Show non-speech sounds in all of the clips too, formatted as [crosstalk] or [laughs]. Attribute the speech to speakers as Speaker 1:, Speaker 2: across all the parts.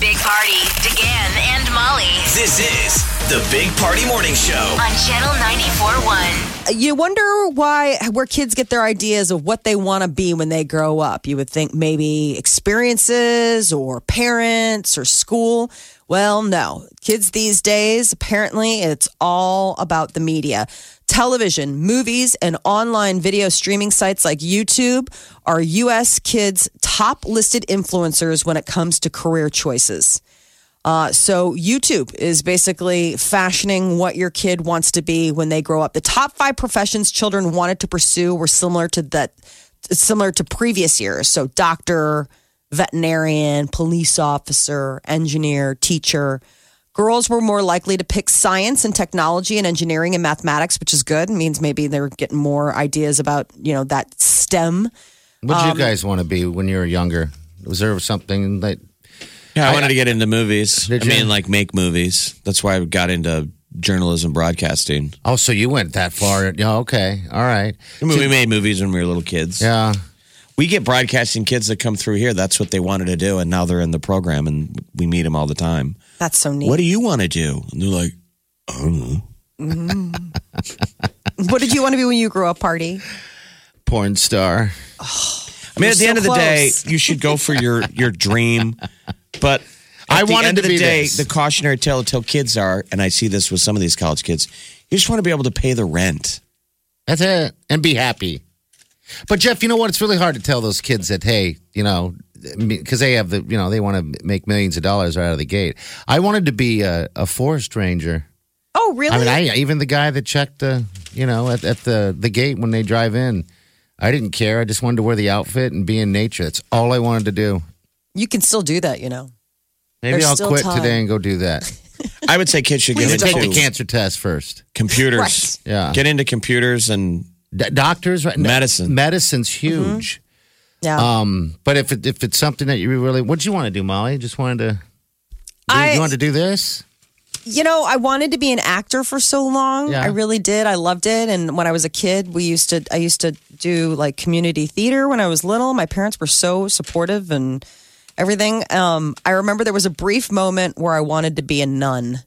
Speaker 1: Big Party, DeGan and Molly
Speaker 2: This is the Big Party Morning Show.
Speaker 1: on Channel 94.1.
Speaker 3: You wonder why, where kids get their ideas of what they want to be when they grow up. You would think maybe experiences or parents or school. Well, no. Kids these days, apparently, it's all about the media. Television, movies, and online video streaming sites like YouTube are U.S. kids' top listed influencers when it comes to career choices. Uh, so YouTube is basically fashioning what your kid wants to be when they grow up. The top five professions children wanted to pursue were similar to that, similar to previous years. So doctor, veterinarian, police officer, engineer, teacher. Girls were more likely to pick science and technology and engineering and mathematics, which is good. It means maybe they're getting more ideas about you know that STEM.
Speaker 4: What did you guys want to be when you were younger? Was there something that
Speaker 5: Yeah, I, wanted to get into movies.
Speaker 4: Did
Speaker 5: I mean,
Speaker 4: you?
Speaker 5: like make movies. That's why I got into journalism broadcasting.
Speaker 4: Oh, so you went that far? Yeah. Okay. All right.
Speaker 5: I mean, we made movies when we were little kids.
Speaker 4: Yeah.
Speaker 5: We get broadcasting kids that come through here. That's what they wanted to do, and now they're in the program, and we meet them all the time.
Speaker 3: That's so neat.
Speaker 5: What do you want to do? And they're like, I don't know.
Speaker 3: [laughs] what did you want to be when you grew up? Party.
Speaker 4: Porn star.
Speaker 5: I mean, at the
Speaker 3: so
Speaker 5: end of the
Speaker 3: close.
Speaker 5: day, you should go for your your dream. But at
Speaker 4: [laughs] I
Speaker 5: the
Speaker 4: wanted
Speaker 5: end
Speaker 4: to
Speaker 5: of the
Speaker 4: be
Speaker 5: day,
Speaker 4: this.
Speaker 5: the cautionary tale to tell kids are, and I see this with some of these college kids. You just want to be able to pay the rent.
Speaker 4: That's it. And be happy. But Jeff, you know what? It's really hard to tell those kids that, hey, you know, because they have the, you know, they want to make millions of dollars right out of the gate. I wanted to be a, a forest ranger.
Speaker 3: Oh, really?
Speaker 4: I mean, I even the guy that checked the, you know, at, at the the gate when they drive in. I didn't care. I just wanted to wear the outfit and be in nature. That's all I wanted to do.
Speaker 3: you can still do that, you know.
Speaker 4: Maybe
Speaker 3: There's
Speaker 4: I'll
Speaker 3: still
Speaker 4: quit
Speaker 3: time.
Speaker 4: today and go do
Speaker 5: [laughs]
Speaker 4: that.
Speaker 5: I would say kids should get
Speaker 4: And
Speaker 5: into
Speaker 4: take the cancer test first.
Speaker 5: computers.
Speaker 3: Right.
Speaker 4: Yeah.
Speaker 5: Get into computers and
Speaker 4: D- doctors, right?
Speaker 5: Medicine.
Speaker 4: Medicine's
Speaker 3: Mm-hmm.
Speaker 4: huge.
Speaker 3: Yeah.
Speaker 4: Um, but if it, if it's something that you really, what do you want to do, Molly? Just wanted to. Do,
Speaker 3: I-
Speaker 4: you want to do this?
Speaker 3: You know, I wanted to be an actor for so long.
Speaker 4: Yeah.
Speaker 3: I really did. I loved it. And when I was a kid, we used to I used to do like community theater when I was little. My parents were so supportive and everything. Um, I remember there was a brief moment where I wanted to be a nun.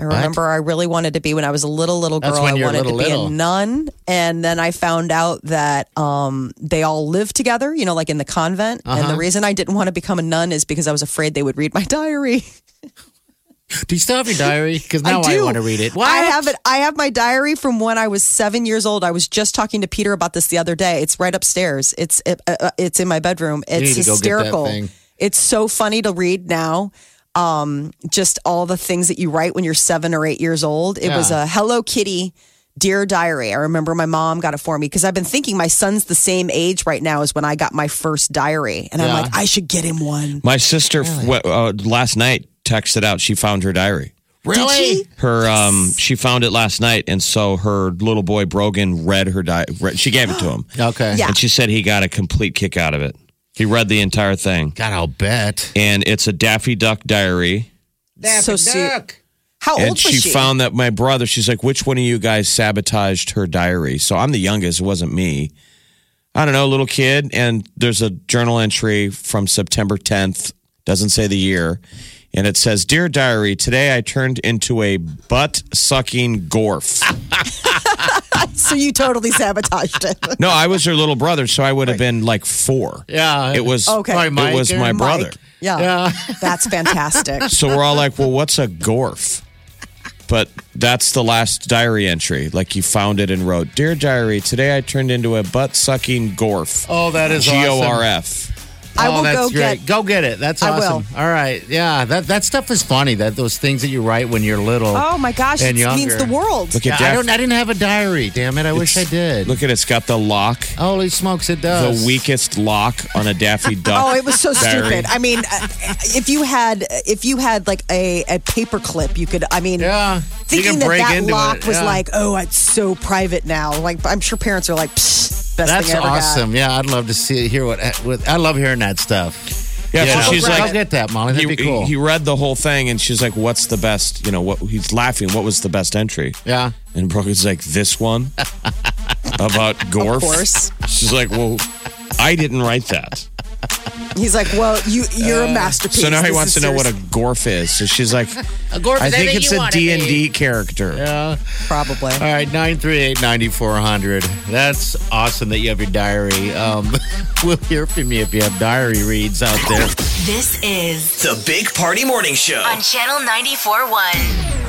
Speaker 3: I remember I really wanted to be when I was a little little girl.
Speaker 4: That's when
Speaker 3: I
Speaker 4: you're
Speaker 3: wanted
Speaker 4: little,
Speaker 3: to be
Speaker 4: little.
Speaker 3: a nun, and then I found out that um, they all lived together. You know, like in the convent. And
Speaker 4: Uh-huh.
Speaker 3: the reason I didn't want to become a nun is because I was afraid they would read my diary. [laughs]
Speaker 4: Do you still have your diary? Because now I,
Speaker 3: do.
Speaker 4: want to read it. What?
Speaker 3: I have it. I have my diary from when I was seven years old. I was just talking to Peter about this the other day. It's right upstairs. It's it, uh, uh, it's in my bedroom. It's
Speaker 4: need to go get that
Speaker 3: hysterical.
Speaker 4: thing.
Speaker 3: It's so funny to read now. Um, just all the things that you write when you're seven or eight years old. It was
Speaker 4: Yeah.
Speaker 3: a Hello Kitty. Dear diary, I remember my mom got it for me because I've been thinking my son's the same age right now as when I got my first diary, and
Speaker 4: Yeah.
Speaker 3: I'm like, I should get him one.
Speaker 5: my sister f- wa- uh, last night texted out she found her diary.
Speaker 4: Really?
Speaker 5: Her um she found it last night and so her little boy Brogan read her di- read, she gave it to
Speaker 4: [gasps]
Speaker 5: him.
Speaker 4: Okay.
Speaker 3: Yeah.
Speaker 5: And she said he got a complete kick out of it. He read the entire thing.
Speaker 4: God, I'll bet.
Speaker 5: And it's a Daffy Duck diary.
Speaker 3: So sweet. How
Speaker 5: and
Speaker 3: old
Speaker 5: she,
Speaker 3: Oh, was she?
Speaker 5: found that my brother, she's like, which one of you guys sabotaged her diary? So I'm the youngest, it wasn't me. I don't know, little kid. And there's a journal entry from September 10th, doesn't say the year. And it says, Dear diary, today I turned into a butt sucking
Speaker 3: [laughs]
Speaker 5: gorf.
Speaker 3: so you totally sabotaged
Speaker 4: [laughs]
Speaker 3: it.
Speaker 5: no, I was her little brother, so I would have been like four.
Speaker 4: Yeah.
Speaker 5: It was,
Speaker 3: Okay.
Speaker 4: Probably
Speaker 5: it
Speaker 4: Mike
Speaker 5: was
Speaker 4: and
Speaker 5: my
Speaker 4: Mike.
Speaker 5: brother.
Speaker 3: Yeah.
Speaker 4: [laughs] Yeah.
Speaker 3: [laughs] That's fantastic.
Speaker 5: So we're all like, well, what's a gorf? But that's the last diary entry. Like you found it and wrote, Dear Diary, today I turned into a butt sucking gorf.
Speaker 4: Oh, that is
Speaker 5: G O R F.
Speaker 3: I
Speaker 4: oh,
Speaker 3: will
Speaker 4: that's
Speaker 3: go
Speaker 4: great.
Speaker 3: get.
Speaker 4: go get it. That's
Speaker 3: I
Speaker 4: awesome. All right, yeah, that that stuff is funny. That those things that you write when you're little.
Speaker 3: Oh my gosh, it
Speaker 4: and younger.
Speaker 3: means the world.
Speaker 5: Look
Speaker 4: Yeah,
Speaker 5: at
Speaker 4: I
Speaker 5: that.
Speaker 4: don't. I didn't have a diary. Damn it! I wish I did.
Speaker 5: Look at it. It's got the lock,
Speaker 4: Holy smokes, it does.
Speaker 5: the weakest lock on
Speaker 4: [laughs]
Speaker 5: a Daffy Duck.
Speaker 3: Oh, it was so
Speaker 5: diary.
Speaker 3: stupid. I mean, uh, if you had if you had like a a paper clip, you could. I mean,
Speaker 4: Yeah, you
Speaker 3: thinking
Speaker 4: can
Speaker 3: that
Speaker 4: break
Speaker 3: that
Speaker 4: into
Speaker 3: lock
Speaker 4: it.
Speaker 3: was
Speaker 4: yeah.
Speaker 3: like, oh, it's so private now. Like, I'm sure parents are like, Psh, best
Speaker 4: That's
Speaker 3: thing I ever
Speaker 4: awesome. Yeah, I'd love to see hear what, what I love hearing that stuff.
Speaker 5: Yeah,
Speaker 4: You
Speaker 5: so
Speaker 4: know?
Speaker 5: she's
Speaker 4: I'll
Speaker 5: like,
Speaker 4: get that, Molly. That'd
Speaker 5: he,
Speaker 4: be cool.
Speaker 5: he read the whole thing, and she's like, "What's the best? You know, what?" He's laughing. What was the best entry?
Speaker 4: yeah,
Speaker 5: And Brogan's like, "This one about Gorf."
Speaker 3: Got. Of course,
Speaker 5: She's like, "Well, I didn't write that."
Speaker 3: he's like, well, you you're a masterpiece.
Speaker 5: Uh, So now he
Speaker 3: This
Speaker 5: wants to
Speaker 3: is
Speaker 5: know what a
Speaker 3: yours.
Speaker 5: Gorf is. So she's like,
Speaker 4: Gorf
Speaker 5: "I
Speaker 4: is
Speaker 5: think
Speaker 4: anything
Speaker 5: it's
Speaker 4: you
Speaker 5: a
Speaker 4: wanna
Speaker 5: D and
Speaker 4: be."
Speaker 5: D character."
Speaker 4: yeah.
Speaker 3: probably.
Speaker 4: All right, nine three eight ninety four hundred. That's awesome that you have your diary. Um, [laughs] we'll hear from you if you have diary reads out there.
Speaker 1: This is
Speaker 2: The Big Party Morning Show.
Speaker 1: on Channel 94.1.